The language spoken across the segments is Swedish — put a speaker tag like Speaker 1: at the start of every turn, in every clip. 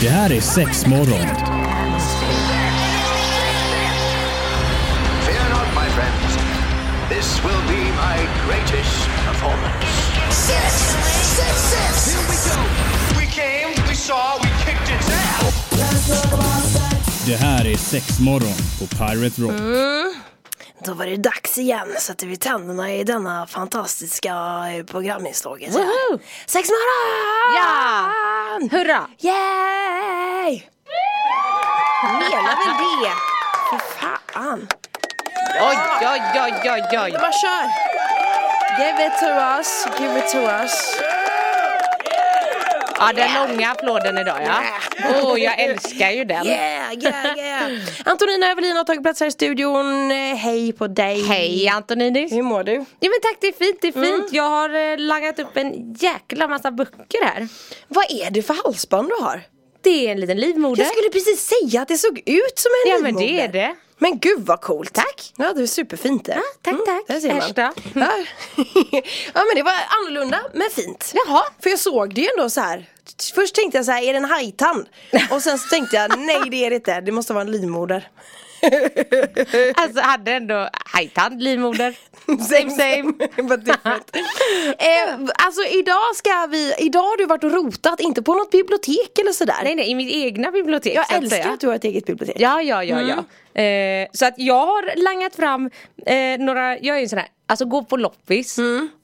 Speaker 1: Det här är sex morgon.
Speaker 2: Fear not, my friends. This will be my greatest performance.
Speaker 3: Six, six, six.
Speaker 2: We came, we saw, we kicked its ass.
Speaker 1: Det här är sex morgon på Pirate Rock.
Speaker 4: Då var det dags igen, sätter vi tänderna i denna fantastiska eh, programinslaget. så här.
Speaker 5: Woho!
Speaker 4: Sex morgon!
Speaker 5: Ja! Hurra!
Speaker 4: Yay! Menar väl det? För fan.
Speaker 5: Oj, oj, oj, oj, oj.
Speaker 4: Bara kör! Give it to us, give it to us.
Speaker 5: Ja, den långa applåden idag ja. Åh, jag älskar ju den.
Speaker 4: Yeah, yeah, yeah. Antonina Överlin har tagit plats här i studion. Eh, Hej på dig.
Speaker 5: Hej Antonidis.
Speaker 4: Hur mår du?
Speaker 5: Jo men tack, det är fint, det är fint. Jag har eh, lagat upp en jäkla massa böcker här.
Speaker 4: Vad är det för halsband du har?
Speaker 5: Det är en liten livmoder.
Speaker 4: Jag skulle precis säga att det såg ut som en
Speaker 5: Ja, men
Speaker 4: livmoder.
Speaker 5: det är det.
Speaker 4: Men gud vad coolt. Tack. Ja det är superfint det.
Speaker 5: tack, tack.
Speaker 4: där ser man.
Speaker 5: Äschta.
Speaker 4: Ja. ja men det var annorlunda men fint.
Speaker 5: Jaha.
Speaker 4: För jag såg det ju ändå så här. Först tänkte jag så här, är det en hajtand? Och sen så tänkte jag, nej det är det inte, det måste vara en livmoder.
Speaker 5: Alltså hade ändå hajtand, livmoder.
Speaker 4: Same same, but different. eh, alltså idag ska vi, idag har du varit och rotat, inte på något bibliotek eller sådär.
Speaker 5: Nej nej, i mitt egna bibliotek
Speaker 4: jag
Speaker 5: så att
Speaker 4: älskar
Speaker 5: säga.
Speaker 4: att du har ett eget bibliotek.
Speaker 5: Ja, ja, ja, ja. Eh, så att jag har langat fram eh, några, jag är ju sån här, alltså gå på loppis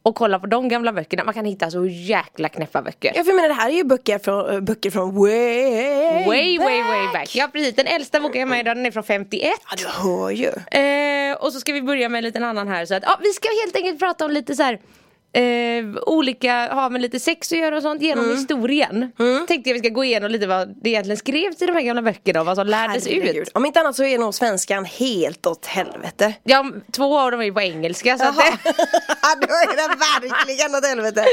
Speaker 5: och kolla på de gamla böckerna. Man kan hitta så jäkla knäppa böcker.
Speaker 4: Ja, för jag menar det här är ju böcker från, eh, böcker från way,
Speaker 5: Way, way, way back. Ja, precis. Den äldsta boken jag har med idag, den är från 51.
Speaker 4: Ja du hör ju.
Speaker 5: Eh, och så ska vi börja med en liten annan här. Så att, ja, vi ska helt enkelt prata om lite så här. Eh, olika, ha med lite sex att göra och sånt
Speaker 4: Mm.
Speaker 5: genom historien. Tänkte jag vi ska gå igenom lite vad det egentligen skrevs i de här gamla böckerna och vad som lärdes ut.
Speaker 4: Herregud. Om inte annat så är nog svenskan helt åt helvete.
Speaker 5: Ja, två av dem är ju på engelska så att
Speaker 4: Jaha.
Speaker 5: det,
Speaker 4: Då är den verkligen åt helvete.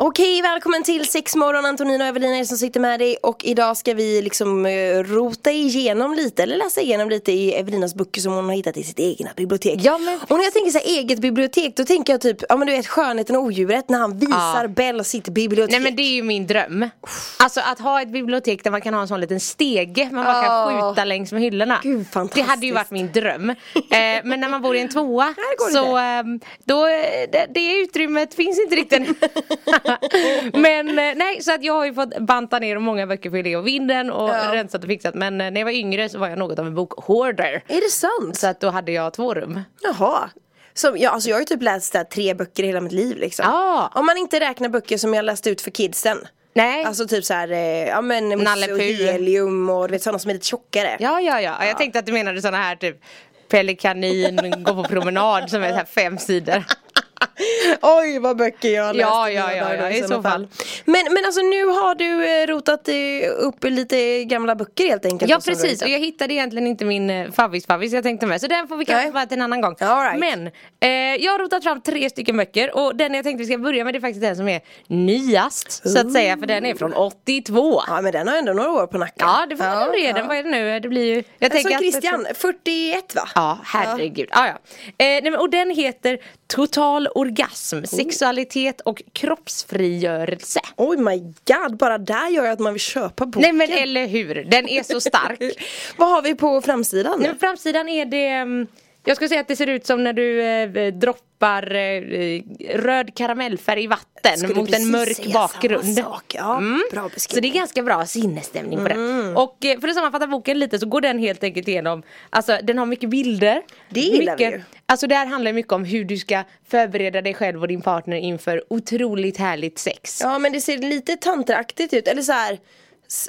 Speaker 4: Okej, välkommen till Sexmorgon. Antonina och Evelina är det som sitter med dig och idag ska vi liksom eh, rota igenom lite eller läsa igenom lite i Evelinas böcker som hon har hittat i sitt egna bibliotek.
Speaker 5: Ja, men
Speaker 4: och när jag tänker så här, eget bibliotek då tänker jag typ, ja men du vet Skönheten och odjuret när han visar
Speaker 5: Ja.
Speaker 4: Bell sitt bibliotek.
Speaker 5: Nej men det är ju min dröm. Alltså att ha ett bibliotek där man kan ha en sån liten stege man bara kan
Speaker 4: Åh.
Speaker 5: skjuta längs med hyllorna.
Speaker 4: Gud,
Speaker 5: det
Speaker 4: fantastiskt.
Speaker 5: hade ju varit min dröm. Eh, men när man bor i en tvåa
Speaker 4: Där går det
Speaker 5: så ehm, då, eh, det, det utrymmet finns inte riktigt än. Men eh, nej så att jag har ju fått banta ner många böcker på idé och vinden och
Speaker 4: Ja.
Speaker 5: rensat och fixat. Men eh, när jag var yngre så var jag något av en bokhoarder.
Speaker 4: Är det sant?
Speaker 5: Så att då hade jag två rum.
Speaker 4: Jaha. Som, ja, alltså jag har ju typ läst där, tre böcker i hela mitt liv liksom.
Speaker 5: Ja.
Speaker 4: Om man inte räknar böcker som jag läste ut för kidsen.
Speaker 5: Nej.
Speaker 4: Alltså typ såhär, eh, ja men Musse
Speaker 5: Nalle
Speaker 4: och
Speaker 5: Puh.
Speaker 4: Helium och du vet sådana som är lite tjockare.
Speaker 5: Ja, ja, ja. Jag tänkte att du menade sådana här typ Pelikanin, gå på promenad som är så här fem sidor.
Speaker 4: Oj vad böcker jag har läst.
Speaker 5: Ja,
Speaker 4: i
Speaker 5: ja,
Speaker 4: mina
Speaker 5: ja,
Speaker 4: dagar
Speaker 5: ja, i
Speaker 4: såna
Speaker 5: så fall.
Speaker 4: Men, men alltså nu har du eh, rotat eh, upp lite gamla böcker helt enkelt.
Speaker 5: Ja
Speaker 4: och som du liksom- har
Speaker 5: precis och
Speaker 4: hittat.
Speaker 5: jag hittade egentligen inte min eh, favvis-favvis jag tänkte med så den får vi kanske
Speaker 4: Nej.
Speaker 5: vara till en annan gång.
Speaker 4: All right.
Speaker 5: Men eh, jag har rotat fram tre stycken böcker och den jag tänkte vi ska börja med det är faktiskt den som är nyast så att säga för den är från 82.
Speaker 4: Ja men den har ändå några år på nacken.
Speaker 5: Ja det får man ändå ge den, vad är det nu? Det blir ju... Jag
Speaker 4: Alltså
Speaker 5: tänker att-
Speaker 4: Christian, 41 va?
Speaker 5: Ja, herregud. Ja. Ja, Eh, nej, men, och den heter Total orgasm, sexualitet och kroppsfrigörelse.
Speaker 4: Oj my god, bara där gör jag att man vill köpa boken.
Speaker 5: Nej men eller hur, den är så stark. nej,
Speaker 4: Vad har vi på framsidan?
Speaker 5: men framsidan är det, mm, jag skulle säga att det ser ut som när du eh, droppar eh, röd karamellfärg i vatten
Speaker 4: Skulle
Speaker 5: mot en
Speaker 4: precis
Speaker 5: mörk
Speaker 4: säga
Speaker 5: bakgrund. Mm.
Speaker 4: samma sak. Ja, bra
Speaker 5: Så det är
Speaker 4: beskrivning. Mm.
Speaker 5: ganska bra sinnesstämning på den. Och eh, för att sammanfatta boken lite så går den helt enkelt igenom, alltså den har mycket bilder.
Speaker 4: Det gillar vi
Speaker 5: mycket,
Speaker 4: ju.
Speaker 5: Alltså det här handlar mycket om hur du ska förbereda dig själv och din partner inför otroligt härligt sex.
Speaker 4: Ja men det ser lite tantraaktigt ut, eller så här s-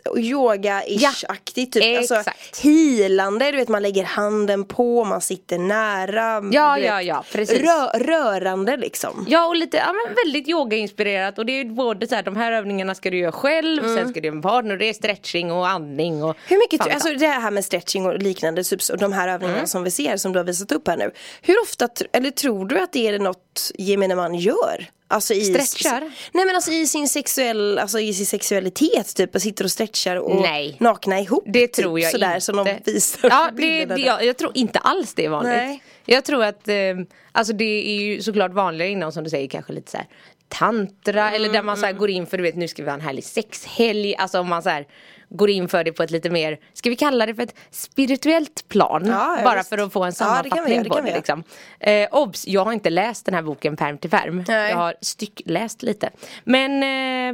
Speaker 4: yoga-ish-aktigt typ.
Speaker 5: exakt.
Speaker 4: healande, du vet man lägger handen på, man sitter nära.
Speaker 5: Ja,
Speaker 4: du vet.
Speaker 5: ja, ja, precis.
Speaker 4: Rö- rörande liksom.
Speaker 5: Ja och lite, ja men väldigt yogainspirerat och det är ju både så här, de här övningarna ska du göra själv, sen ska du göra med partner, det är stretching och andning och
Speaker 4: Mm. Hur mycket,
Speaker 5: Fan,
Speaker 4: tr-
Speaker 5: Mm.
Speaker 4: alltså det här med stretching och liknande, typ, och de här övningarna som vi ser som du har visat upp här nu. Hur ofta, tr- eller tror du att det är något gemene man gör? Alltså i,
Speaker 5: Stretchar?
Speaker 4: Nej men alltså i sin, sexuell, alltså i sin sexualitet typ, och sitter och stretchar och
Speaker 5: Nej.
Speaker 4: nakna ihop.
Speaker 5: Det
Speaker 4: typ,
Speaker 5: tror jag
Speaker 4: sådär,
Speaker 5: inte.
Speaker 4: som de visar
Speaker 5: ja,
Speaker 4: på
Speaker 5: det,
Speaker 4: bilderna
Speaker 5: det,
Speaker 4: där.
Speaker 5: jag, jag tror inte alls det är vanligt.
Speaker 4: Nej.
Speaker 5: Jag tror att eh, alltså det är ju såklart vanligare inom som du säger kanske lite så här tantra
Speaker 4: Mm,
Speaker 5: eller där man så här går in för du vet nu ska vi ha en härlig sexhelg. Alltså om man så här går in för det på ett lite mer, ska vi kalla det för ett spirituellt plan?
Speaker 4: Ja, ja,
Speaker 5: bara
Speaker 4: visst.
Speaker 5: för att få en
Speaker 4: Ja, det kan vi göra,
Speaker 5: sammanfattning
Speaker 4: det
Speaker 5: på
Speaker 4: kan vi
Speaker 5: det.
Speaker 4: göra.
Speaker 5: Liksom. Eh, obs, jag har inte läst den här boken pärm till pärm.
Speaker 4: Nej.
Speaker 5: Jag har styckläst lite. Men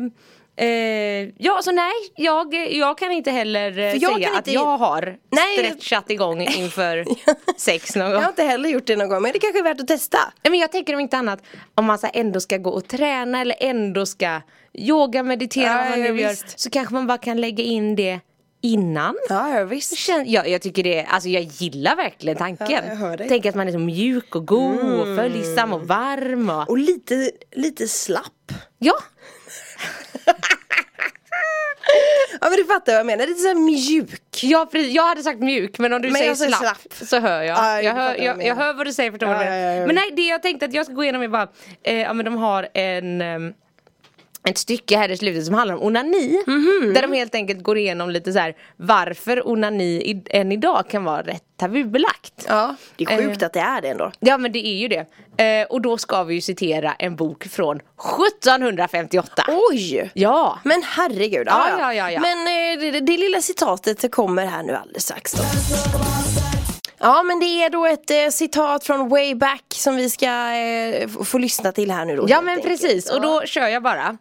Speaker 5: eh, Eh, ja, så nej, jag, jag kan inte heller eh,
Speaker 4: För jag
Speaker 5: säga
Speaker 4: kan
Speaker 5: att
Speaker 4: inte-
Speaker 5: jag har
Speaker 4: Nej, jag-
Speaker 5: stretchat igång inför sex någon
Speaker 4: Jag
Speaker 5: gång.
Speaker 4: har inte heller gjort det någon gång men det kanske är värt att testa.
Speaker 5: Nej, men jag tänker om inte annat om man så här ändå ska gå och träna eller ändå ska yoga, meditera,
Speaker 4: Ja,
Speaker 5: vad man
Speaker 4: ja,
Speaker 5: nu gör.
Speaker 4: visst.
Speaker 5: Så kanske man bara kan lägga in det innan.
Speaker 4: Ja, ja visst.
Speaker 5: Så kän- Jag, jag tycker det, alltså jag gillar verkligen tanken.
Speaker 4: Ja, jag hör dig. Mm.
Speaker 5: Tänk att man är så mjuk och god och följsam och varm och,
Speaker 4: Och lite, lite slapp.
Speaker 5: ja.
Speaker 4: Ja men du fattar vad jag menar, lite såhär mjuk.
Speaker 5: Ja, precis. Jag hade sagt mjuk men om du
Speaker 4: Men
Speaker 5: säger
Speaker 4: jag säger
Speaker 5: slapp,
Speaker 4: slapp.
Speaker 5: så hör jag.
Speaker 4: Ja, jag fattar
Speaker 5: jag,
Speaker 4: vad
Speaker 5: hör
Speaker 4: du
Speaker 5: jag,
Speaker 4: menar.
Speaker 5: jag hör vad du säger för
Speaker 4: Ja, ja, ja, ja.
Speaker 5: Men nej, det jag tänkte att jag ska gå igenom är bara, eh, ja men de har en ehm, ett stycke här i slutet som handlar om onani.
Speaker 4: Mhm.
Speaker 5: Där de helt enkelt går igenom lite så här varför onani i, än idag kan vara rätt tabubelagt.
Speaker 4: Ja. Det är
Speaker 5: eh.
Speaker 4: sjukt att det är det ändå.
Speaker 5: Ja men det är ju det. Eh, och då ska vi ju citera en bok från 1758.
Speaker 4: Oj!
Speaker 5: Ja!
Speaker 4: Men herregud.
Speaker 5: Ja, ja, ja, ja.
Speaker 4: Men eh, det, det lilla citatet kommer här nu alldeles strax då. Ja men det är då ett eh, citat från way back som vi ska eh, f- få lyssna till här nu då.
Speaker 5: Ja
Speaker 4: helt
Speaker 5: men
Speaker 4: enkelt.
Speaker 5: precis och då kör jag bara.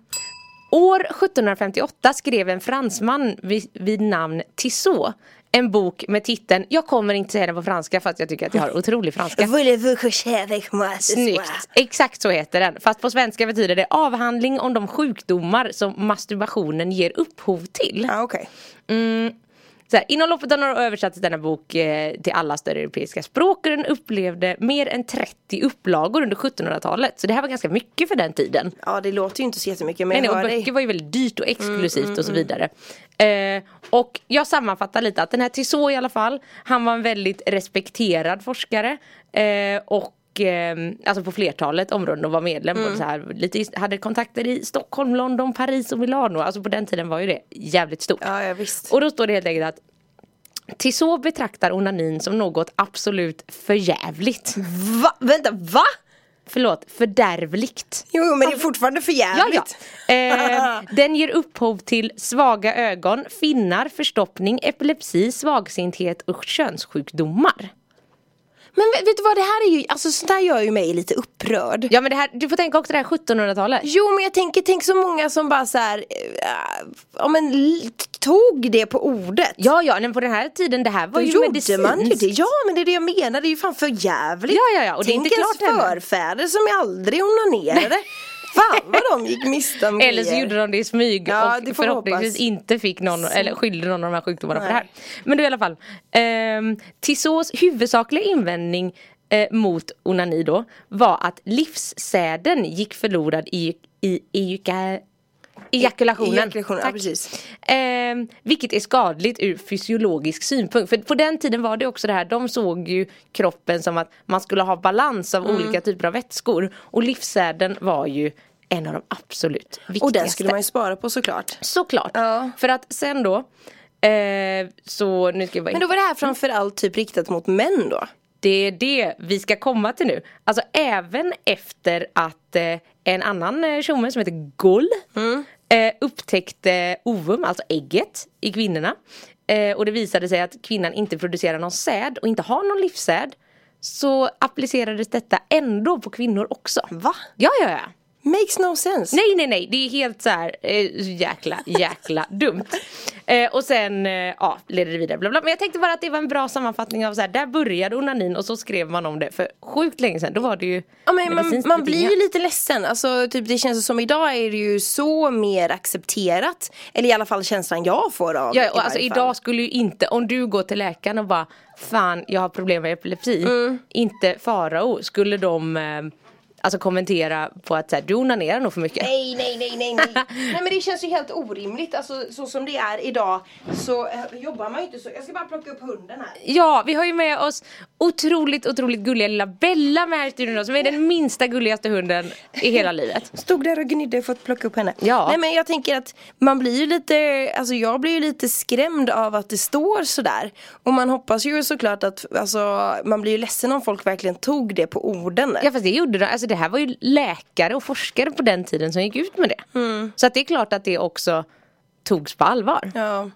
Speaker 5: År 1758 skrev en fransman vid, vid namn Tissot en bok med titeln, jag kommer inte säga den på franska för att jag tycker att jag har otrolig franska.
Speaker 4: Voulez-vous coucher avec moi ce soir?
Speaker 5: Snyggt, exakt så heter den. Fast på svenska betyder det avhandling om de sjukdomar som masturbationen ger upphov till.
Speaker 4: Ja okej.
Speaker 5: Så här, inom loppet av några år översattes denna bok eh, till alla större europeiska språk och den upplevde mer än 30 upplagor under 1700-talet. Så det här var ganska mycket för den tiden.
Speaker 4: Ja det låter ju inte så jättemycket men
Speaker 5: Nej, nej,
Speaker 4: jag
Speaker 5: och
Speaker 4: hör
Speaker 5: böcker
Speaker 4: dig. Mm,
Speaker 5: var ju väldigt dyrt och exklusivt och så vidare. Eh, och jag sammanfattar lite att den här Tissot i alla fall, han var en väldigt respekterad forskare. Eh, och eh, Alltså på flertalet områden och var medlem
Speaker 4: Mm.
Speaker 5: och så här, lite, hade kontakter i Stockholm, London, Paris och Milano. Alltså på den tiden var ju det jävligt stort.
Speaker 4: Ja, ja visst.
Speaker 5: Och då står det helt enkelt att Tissot betraktar onanin som något absolut förjävligt.
Speaker 4: Va? Vänta va?
Speaker 5: Förlåt, fördärvligt.
Speaker 4: Jo jo, men det är fortfarande för
Speaker 5: Ja,
Speaker 4: jävligt.
Speaker 5: ja. Eh, den ger upphov till svaga ögon, finnar, förstoppning, epilepsi, svagsinthet och könssjukdomar.
Speaker 4: Men vet, vet du vad det här är ju, alltså sånt här gör ju mig lite upprörd.
Speaker 5: Ja men det här, du får tänka också det här 1700-talet.
Speaker 4: Jo men jag tänker, tänk så många som bara så här, eh, ja men l- tog det på ordet.
Speaker 5: Ja ja, men på den här tiden det här var
Speaker 4: Då
Speaker 5: ju
Speaker 4: gjorde
Speaker 5: medicinskt.
Speaker 4: man ju det. Ja men det är det jag menar, det är ju fan för jävligt.
Speaker 5: Ja, ja, ja, och det är
Speaker 4: Tänk
Speaker 5: inte
Speaker 4: ens
Speaker 5: klart ännu.
Speaker 4: förfäder som är aldrig onanerade. fan vad de gick miste om
Speaker 5: Eller så
Speaker 4: grejer.
Speaker 5: gjorde de det i smyg
Speaker 4: Ja, det
Speaker 5: och
Speaker 4: får vi
Speaker 5: förhoppningsvis
Speaker 4: hoppas.
Speaker 5: inte fick någon, eller skyllde någon av de här sjukdomarna på det här.
Speaker 4: Nej.
Speaker 5: Men du i alla fall. Ehm, Tissots huvudsakliga invändning eh, mot onani då var att livssäden gick förlorad i, i, i, i Ejakulationen.
Speaker 4: Ejakulationen, ja,
Speaker 5: Tack.
Speaker 4: precis.
Speaker 5: Ehm, vilket är skadligt ur fysiologisk synpunkt. För på den tiden var det också det här, de såg ju kroppen som att man skulle ha balans
Speaker 4: Mm.
Speaker 5: av olika typer av vätskor. Och livssäden var ju en av de absolut viktigaste.
Speaker 4: Och den skulle man ju spara på såklart.
Speaker 5: Såklart.
Speaker 4: Ja.
Speaker 5: För att sen då, eh, så nu ska jag bara
Speaker 4: Men då var det här framförallt typ riktat mot män då?
Speaker 5: Det är det vi ska komma till nu. Alltså även efter att eh, en annan eh, tjomme som heter Gull eh, upptäckte ovum, alltså ägget, i kvinnorna. Eh, och det visade sig att kvinnan inte producerar någon säd och inte har någon livssäd. Så applicerades detta ändå på kvinnor också.
Speaker 4: Va?
Speaker 5: Ja, ja, ja.
Speaker 4: Makes no sense.
Speaker 5: Nej, nej, nej. Det är helt så här eh, jäkla, jäkla dumt. Eh, och sen eh, ja, leder det vidare. Bla bla. Men jag tänkte bara att det var en bra sammanfattning av så här, där började onanin och så skrev man om det för sjukt länge sedan. Då var det ju
Speaker 4: Ja, men man,
Speaker 5: medicinskt
Speaker 4: man blir ju
Speaker 5: betingat.
Speaker 4: lite ledsen, alltså, typ, det känns som idag är det ju så mer accepterat Eller i alla fall känslan jag får av i
Speaker 5: Ja, och alltså
Speaker 4: varje fall.
Speaker 5: idag skulle ju inte, om du går till läkaren och bara Fan jag har problem med epilepsi,
Speaker 4: Mm.
Speaker 5: inte farao, skulle de eh, alltså kommentera på att så här, du onanerar nog för mycket.
Speaker 4: Nej, nej, nej, nej, nej. nej men det känns ju helt orimligt, alltså, så som det är idag så eh, jobbar man ju inte så Jag ska bara plocka upp hunden här
Speaker 5: Ja, vi har ju med oss otroligt, otroligt gulliga lilla Bella med här i studion idag, som är den minsta gulligaste hunden i hela livet.
Speaker 4: Stod där och gnydde för att plocka upp henne.
Speaker 5: Ja.
Speaker 4: Nej men jag tänker att man blir ju lite, alltså jag blir ju lite skrämd av att det står sådär. Och man hoppas ju såklart att, alltså man blir ju ledsen om folk verkligen tog det på orden.
Speaker 5: Ja fast det gjorde de, alltså det här var ju läkare och forskare på den tiden som gick ut med det. Så att det är klart att det också togs på allvar.
Speaker 4: Ja.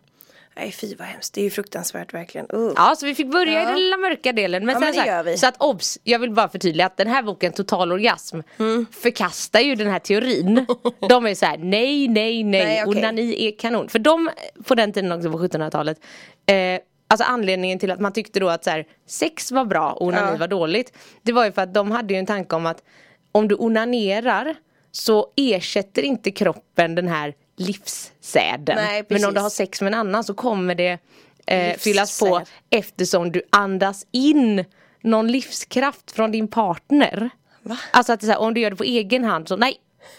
Speaker 4: Nej fy vad hemskt, det är ju fruktansvärt verkligen. Uh.
Speaker 5: Ja, så vi fick börja i
Speaker 4: Ja.
Speaker 5: den lilla mörka delen. Men
Speaker 4: Ja,
Speaker 5: sen
Speaker 4: men det
Speaker 5: så, här,
Speaker 4: gör vi.
Speaker 5: så att obs, jag vill bara förtydliga att den här boken Total orgasm
Speaker 4: Mm.
Speaker 5: förkastar ju den här teorin. de är så här: nej, nej, nej,
Speaker 4: Nej, okej.
Speaker 5: onani är kanon. För de, på den tiden också på 1700-talet, eh, alltså anledningen till att man tyckte då att så här, sex var bra och onani
Speaker 4: Ja.
Speaker 5: var dåligt. Det var ju för att de hade ju en tanke om att om du onanerar så ersätter inte kroppen den här livssäden.
Speaker 4: Nej,
Speaker 5: Men om du
Speaker 4: precis.
Speaker 5: har sex med en annan så kommer det eh,
Speaker 4: Livssäd.
Speaker 5: fyllas på eftersom du andas in någon livskraft från din partner.
Speaker 4: Va?
Speaker 5: Alltså att det är så här, om du gör det på egen hand så nej,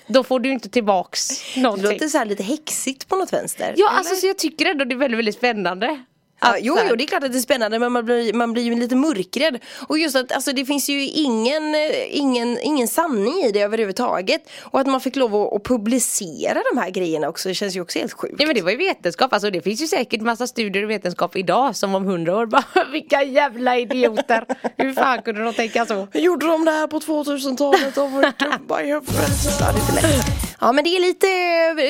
Speaker 5: då får du inte tillbaks
Speaker 4: Det
Speaker 5: någonting.
Speaker 4: låter såhär lite häxigt på något vänster.
Speaker 5: Ja, alltså så jag tycker ändå det är väldigt, väldigt spännande.
Speaker 4: Ja,
Speaker 5: Att
Speaker 4: jo,
Speaker 5: så här-
Speaker 4: jo, det är klart att det är spännande men man blir, man blir ju lite mörkrädd. Och just att alltså, det finns ju ingen, eh, ingen, ingen sanning i det överhuvudtaget. Och att man fick lov att, att publicera de här grejerna också, det känns ju också helt sjukt.
Speaker 5: Ja men det var ju vetenskap, alltså det finns ju säkert massa studier och vetenskap idag som om hundra år bara vilka jävla idioter. Hur fan kunde de tänka så?
Speaker 4: Gjorde de det här på 2000-talet? De var ju dumma i huvudet. Ja, det är inte lätt. Ja men det är lite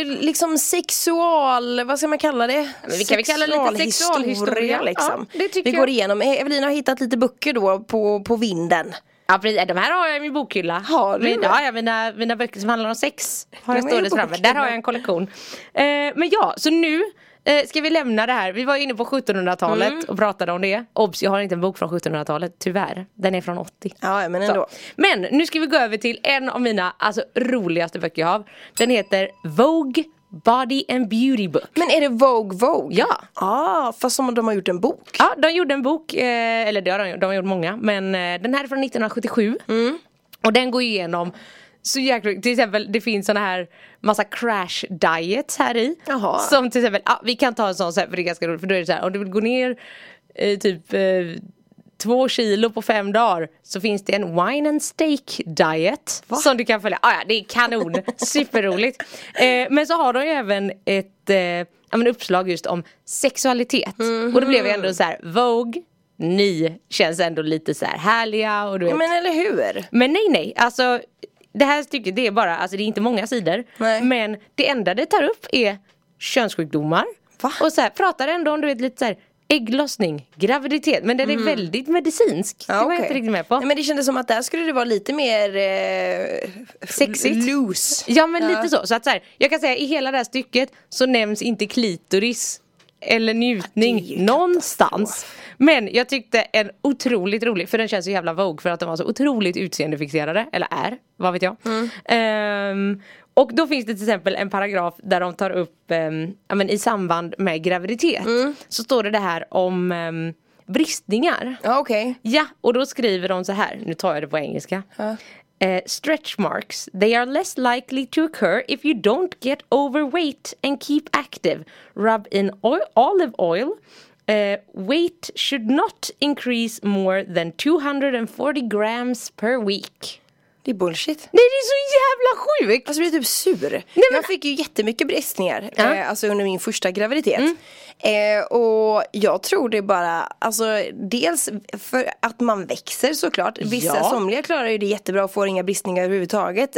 Speaker 4: eh, liksom sexual, vad ska man kalla det?
Speaker 5: men vi kan väl kalla det lite sexualhistoria.
Speaker 4: liksom.
Speaker 5: Ja, det tycker
Speaker 4: vi går
Speaker 5: jag.
Speaker 4: igenom, Eh, Evelina har hittat lite böcker då på, på vinden.
Speaker 5: Ja precis, de här har jag i min bokhylla.
Speaker 4: Har du
Speaker 5: Min,
Speaker 4: det?
Speaker 5: ja, ja, mina, mina böcker som handlar om sex har jag
Speaker 4: De är i
Speaker 5: stående framme. Där har jag en kollektion. Eh, men ja, så nu eh, ska vi lämna det här. Vi var inne på 1700-talet
Speaker 4: Mm.
Speaker 5: och pratade om det. Obs, jag har inte en bok från 1700-talet, tyvärr. Den är från 80.
Speaker 4: Ja men
Speaker 5: Så.
Speaker 4: ändå.
Speaker 5: Men nu ska vi gå över till en av mina alltså, roligaste böcker jag har. Den heter Vogue Body and Beauty Book.
Speaker 4: Men är det Vogue Vogue?
Speaker 5: Ja.
Speaker 4: ah, fast som om de har gjort en bok.
Speaker 5: Ja, de gjorde en bok, eh, eller det har de, gjort, de har gjort många, men eh, den här är från 1977.
Speaker 4: Mm.
Speaker 5: Och den går igenom så jäkla, till exempel det finns såna här massa crash diets här i.
Speaker 4: Jaha.
Speaker 5: Som till exempel, ja, vi kan ta en sån så här, för det är ganska roligt för då är det så här, om du vill gå ner eh, typ eh, två kilo på fem dagar så finns det en wine and steak diet som du kan följa. Ah, ja, det är kanon, superroligt. Eh, men så har de ju även ett eh, ja, men uppslag just om sexualitet. Och då blev jag ändå så här, Vogue, ni känns ändå lite så här härliga och du vet,
Speaker 4: Ja, men eller hur?
Speaker 5: men nej nej, alltså det här stycket det är bara, alltså det är inte många sidor.
Speaker 4: Nej.
Speaker 5: Men det enda det tar upp är könssjukdomar.
Speaker 4: Va?
Speaker 5: Och så här, pratar ändå om du vet lite så här ägglossning, graviditet. Men den är väldigt medicinsk. det var jag inte
Speaker 4: Mm. okej.
Speaker 5: riktigt med på.
Speaker 4: Nej, men det kändes som att där skulle det vara lite mer eh,
Speaker 5: Sexigt.
Speaker 4: Loose.
Speaker 5: Ja men lite så. så, att så här, jag kan säga i hela det här stycket så nämns inte klitoris
Speaker 4: Ja,
Speaker 5: eller
Speaker 4: det är ju
Speaker 5: njutning någonstans. Men jag tyckte en otroligt rolig, för den känns så jävla Vogue för att de var så otroligt utseendefixerade, eller är, vad vet jag.
Speaker 4: Mm.
Speaker 5: Ehm, och då finns det till exempel en paragraf där de tar upp, ehm, ja, men i samband med graviditet,
Speaker 4: Mm.
Speaker 5: så står det det här om ehm, bristningar.
Speaker 4: Ja okej.
Speaker 5: Ja, och då skriver de så här, nu tar jag det på engelska. Eh, stretch marks, they are less likely to occur if you don't get overweight and keep active. Rub in oil, olive oil. Eh, weight should not increase more than 240 grams per week.
Speaker 4: Det är bullshit.
Speaker 5: Nej, det är så jävla sjukt!
Speaker 4: Alltså jag blir typ sur.
Speaker 5: men-
Speaker 4: Jag fick ju jättemycket bristningar
Speaker 5: Ja. Mm.
Speaker 4: eh, alltså under min första graviditet. Eh, och jag tror det bara, alltså dels för att man växer såklart. Vissa,
Speaker 5: Ja.
Speaker 4: somliga klarar ju det jättebra och får inga bristningar överhuvudtaget.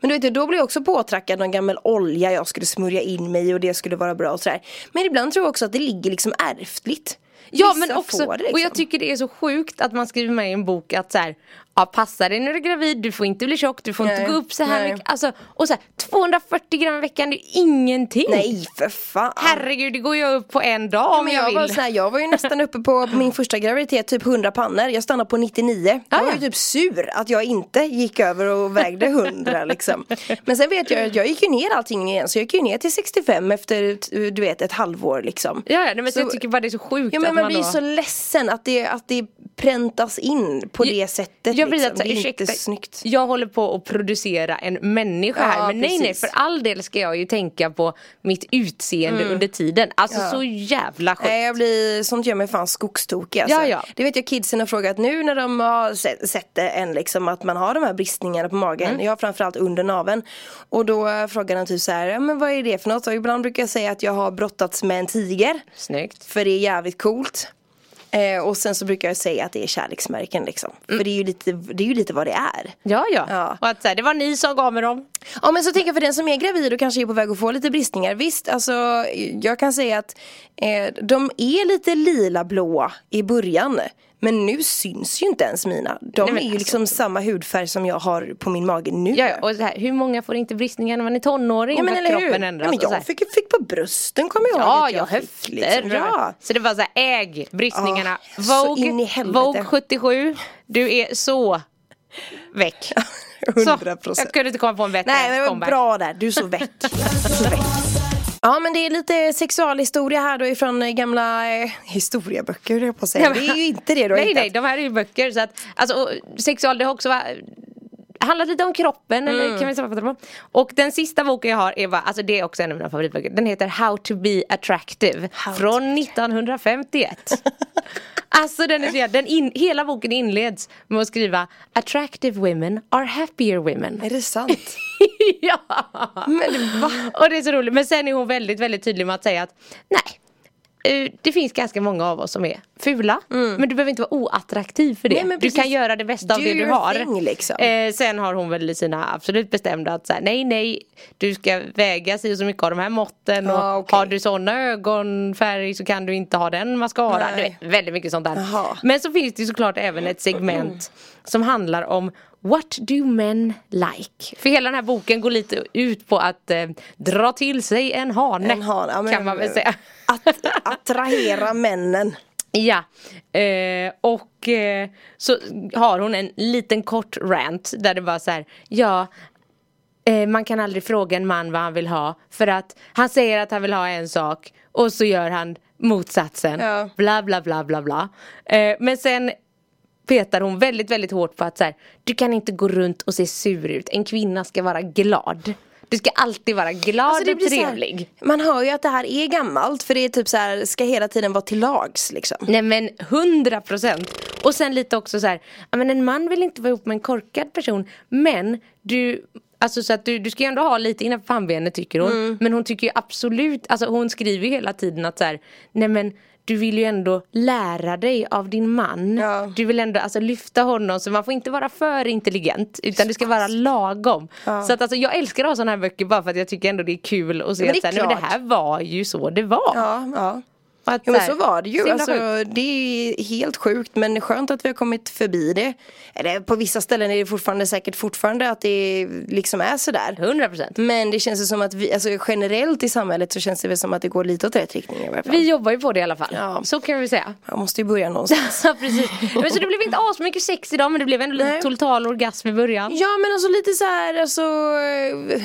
Speaker 4: Men du vet, ju, då blev jag också påtrackad någon gammal olja jag skulle smörja in mig i och det skulle vara bra och sådär. Men ibland tror jag också att det ligger liksom ärftligt.
Speaker 5: Ja
Speaker 4: Vissa
Speaker 5: men också,
Speaker 4: får det liksom.
Speaker 5: och jag tycker det är så sjukt att man skriver med i en bok att så här, ja passa dig när du är gravid, du får inte bli tjock, du får
Speaker 4: Nej,
Speaker 5: inte gå upp så här
Speaker 4: nej.
Speaker 5: mycket. Alltså, och så här, 240 gram i veckan det är ju ingenting.
Speaker 4: Nej för fan.
Speaker 5: Herregud, det går jag upp på en dag om
Speaker 4: men
Speaker 5: jag,
Speaker 4: jag, var
Speaker 5: vill.
Speaker 4: sån här, jag var ju nästan uppe på min första graviditet typ 100 pannor. Jag stannade på 99. Jag
Speaker 5: Ah,
Speaker 4: var
Speaker 5: ja.
Speaker 4: ju typ sur att jag inte gick över och vägde 100 liksom. Men sen vet jag att jag gick ju ner allting igen. Så jag gick ju ner till 65 efter du vet ett halvår liksom.
Speaker 5: Ja, ja, nej, men så,
Speaker 4: Så-
Speaker 5: jag tycker bara det är så sjukt
Speaker 4: Ja men
Speaker 5: att
Speaker 4: man
Speaker 5: man
Speaker 4: blir
Speaker 5: då...
Speaker 4: så ledsen att det, att det präntas in på det sättet.
Speaker 5: Jag
Speaker 4: liksom.
Speaker 5: precis,
Speaker 4: det är
Speaker 5: ursäkta,
Speaker 4: inte snyggt.
Speaker 5: jag håller på att producera en människa
Speaker 4: Ja,
Speaker 5: här. Men nej nej,
Speaker 4: precis.
Speaker 5: för all del ska jag ju tänka på mitt utseende under tiden. Alltså så jävla sjukt.
Speaker 4: Mm. Nej jag blir, sånt gör mig fan skogstokig alltså.
Speaker 5: Ja, ja.
Speaker 4: Det vet jag kidsen har frågat nu när de har sett, sett det än liksom att man har de här bristningarna på magen.
Speaker 5: Mm.
Speaker 4: Jag har framförallt under naveln. Och då eh, frågar de typ så här, ja, men vad är det för något? Och ibland brukar jag säga att jag har brottats med en tiger.
Speaker 5: Snyggt.
Speaker 4: För det är jävligt coolt. Eh, och sen så brukar jag säga att det är kärleksmärken liksom.
Speaker 5: Mm.
Speaker 4: För det är, ju lite, det är ju lite vad det är.
Speaker 5: Ja, ja
Speaker 4: Ja.
Speaker 5: Och att så här, det var ni som gav mig dem.
Speaker 4: Ja men så tänker jag för den som är gravid och kanske är på väg att få lite bristningar. Visst, alltså jag kan säga att eh, de är lite lila-blåa i början. Men nu syns ju inte ens mina. De
Speaker 5: men
Speaker 4: är ju
Speaker 5: alltså-
Speaker 4: liksom samma hudfärg som jag har på min mage nu.
Speaker 5: Ja, ja. Och så här, hur många får inte bristningar när man är tonåring?
Speaker 4: Ja, men
Speaker 5: För
Speaker 4: eller hur?
Speaker 5: kroppen
Speaker 4: Ja,
Speaker 5: ändras
Speaker 4: men
Speaker 5: och så här.
Speaker 4: jag fick, fick på brösten kommer jag
Speaker 5: Ja,
Speaker 4: att
Speaker 5: ja,
Speaker 4: fick,
Speaker 5: höfter.
Speaker 4: liksom. Ja.
Speaker 5: Så det var så här, äg bristningarna.
Speaker 4: Ja, så in i
Speaker 5: Vogue,
Speaker 4: helvete.
Speaker 5: Vogue 77, du är så väck. Så,
Speaker 4: 100 procent.
Speaker 5: jag kunde inte komma på en bättre
Speaker 4: Nej men det var
Speaker 5: comeback.
Speaker 4: bra där, du är så väck. så väck. Ja men det är lite sexualhistoria här då ifrån eh, gamla eh, historieböcker höll jag på att säga. Det är ju inte det du har
Speaker 5: Nej,
Speaker 4: hittat.
Speaker 5: nej, de här är ju böcker. Så att, alltså, och sexual, det har också va- handlat lite om kroppen.
Speaker 4: Mm.
Speaker 5: Eller, kan vi sammanfatta det på? Och den sista boken jag har är, bara, alltså, det är också en av mina favoritböcker. Den heter How to be attractive.
Speaker 4: How to
Speaker 5: från 1951. Alltså den är så jävla- den in, hela boken inleds med att skriva Attractive women are happier women.
Speaker 4: Är det sant?
Speaker 5: ja! Och det är så roligt. Men sen är hon väldigt, väldigt tydlig med att säga att nej. eh, Det finns ganska många av oss som är fula. Men du behöver inte vara oattraktiv för det.
Speaker 4: Mm. Nej, men
Speaker 5: du
Speaker 4: precis.
Speaker 5: kan göra det bästa av
Speaker 4: Do
Speaker 5: det du
Speaker 4: your
Speaker 5: har.
Speaker 4: thing, liksom.
Speaker 5: eh, sen har hon väl i sina absolut bestämda att så här, nej, nej. Du ska väga sig så mycket av de här måtten.
Speaker 4: Ja,
Speaker 5: och
Speaker 4: Ah, okej.
Speaker 5: Har du sådana ögonfärg så kan du inte ha den mascara. Du
Speaker 4: Nej.
Speaker 5: vet, väldigt mycket sånt där.
Speaker 4: Jaha.
Speaker 5: Men så finns det ju såklart även ett segment som handlar om What do men like? För hela den här boken går lite ut på att eh, dra till sig en hane.
Speaker 4: En hane, ja, men-
Speaker 5: kan man väl säga.
Speaker 4: Att attrahera männen.
Speaker 5: Ja, eh, och eh, så har hon en liten kort rant där det bara så här, ja eh, man kan aldrig fråga en man vad han vill ha för att han säger att han vill ha en sak och så gör han motsatsen,
Speaker 4: Ja.
Speaker 5: bla bla bla bla bla. Eh, men sen petar hon väldigt väldigt hårt på att så här, du kan inte gå runt och se sur ut, en kvinna ska vara glad. Du ska alltid vara glad och trevlig.
Speaker 4: Alltså, Så här, man hör ju att det här är gammalt för det är typ så här, ska hela tiden vara till lags liksom.
Speaker 5: Nej men 100 procent. Och sen lite också så här, ja, men en man vill inte vara ihop med en korkad person. Men du, alltså så att du, du ska ju ändå ha lite innanför pannbenet tycker hon.
Speaker 4: Mm.
Speaker 5: Men hon tycker ju absolut, alltså hon skriver ju hela tiden att så här, nej men du vill ju ändå lära dig av din man.
Speaker 4: Ja.
Speaker 5: Du vill ändå alltså, lyfta honom så man får inte vara för intelligent utan du ska vara lagom. Så att alltså, jag älskar att ha sådana här böcker bara för att jag tycker ändå det är kul att se
Speaker 4: Ja, men
Speaker 5: att
Speaker 4: det är
Speaker 5: så här, nej, men det
Speaker 4: klart.
Speaker 5: här var ju så det var.
Speaker 4: Ja, ja.
Speaker 5: Och att
Speaker 4: Jo men
Speaker 5: här,
Speaker 4: så var det
Speaker 5: så
Speaker 4: ju.
Speaker 5: himla
Speaker 4: Alltså,
Speaker 5: sjukt.
Speaker 4: det är helt sjukt men skönt att vi har kommit förbi det. Eller på vissa ställen är det fortfarande säkert fortfarande att det liksom är sådär.
Speaker 5: 100 procent.
Speaker 4: Men det känns ju som att vi, alltså generellt i samhället så känns det väl som att det går lite åt rätt riktning i alla fall.
Speaker 5: Vi jobbar ju på det i alla fall.
Speaker 4: Ja.
Speaker 5: Så kan vi säga.
Speaker 4: Man måste ju börja någonstans.
Speaker 5: Ja, precis. Men så det blev inte asmycket sex idag men det blev ändå lite
Speaker 4: Nej.
Speaker 5: total orgasm i början.
Speaker 4: Ja men alltså lite så här, alltså eh,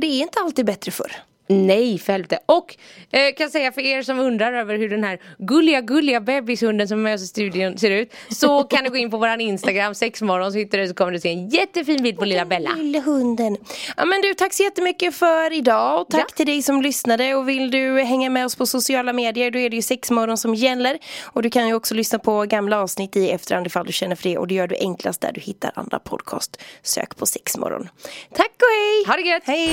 Speaker 4: Det är inte alltid bättre förr.
Speaker 5: Nej för helvete. Och eh, kan säga för er som undrar över hur den här gulliga gulliga bebishunden som är med oss i studion ser ut. Så kan ni gå in på våran Instagram sexmorgon så hittar du så kommer du se en jättefin bild på lilla Bella.
Speaker 4: Lille hunden. Ja men du, tack så jättemycket för idag och tack
Speaker 5: Ja.
Speaker 4: till dig som lyssnade och vill du hänga med oss på sociala medier då är det ju sexmorgon som gäller och du kan ju också lyssna på gamla avsnitt i efterhand ifall du känner för det och det gör du enklast där du hittar andra podcast. Sök på sexmorgon. Tack och hej!
Speaker 5: Ha det gött!
Speaker 4: Hej!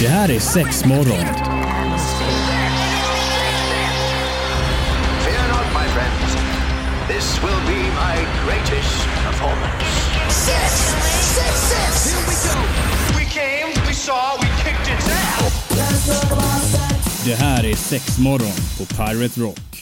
Speaker 1: Det här är sex morgon.
Speaker 2: Fear not, my friends. This will be my greatest performance.
Speaker 3: Six, six, six.
Speaker 2: We came, we saw, we kicked its ass.
Speaker 1: Det här är sex morgon på Pirate Rock.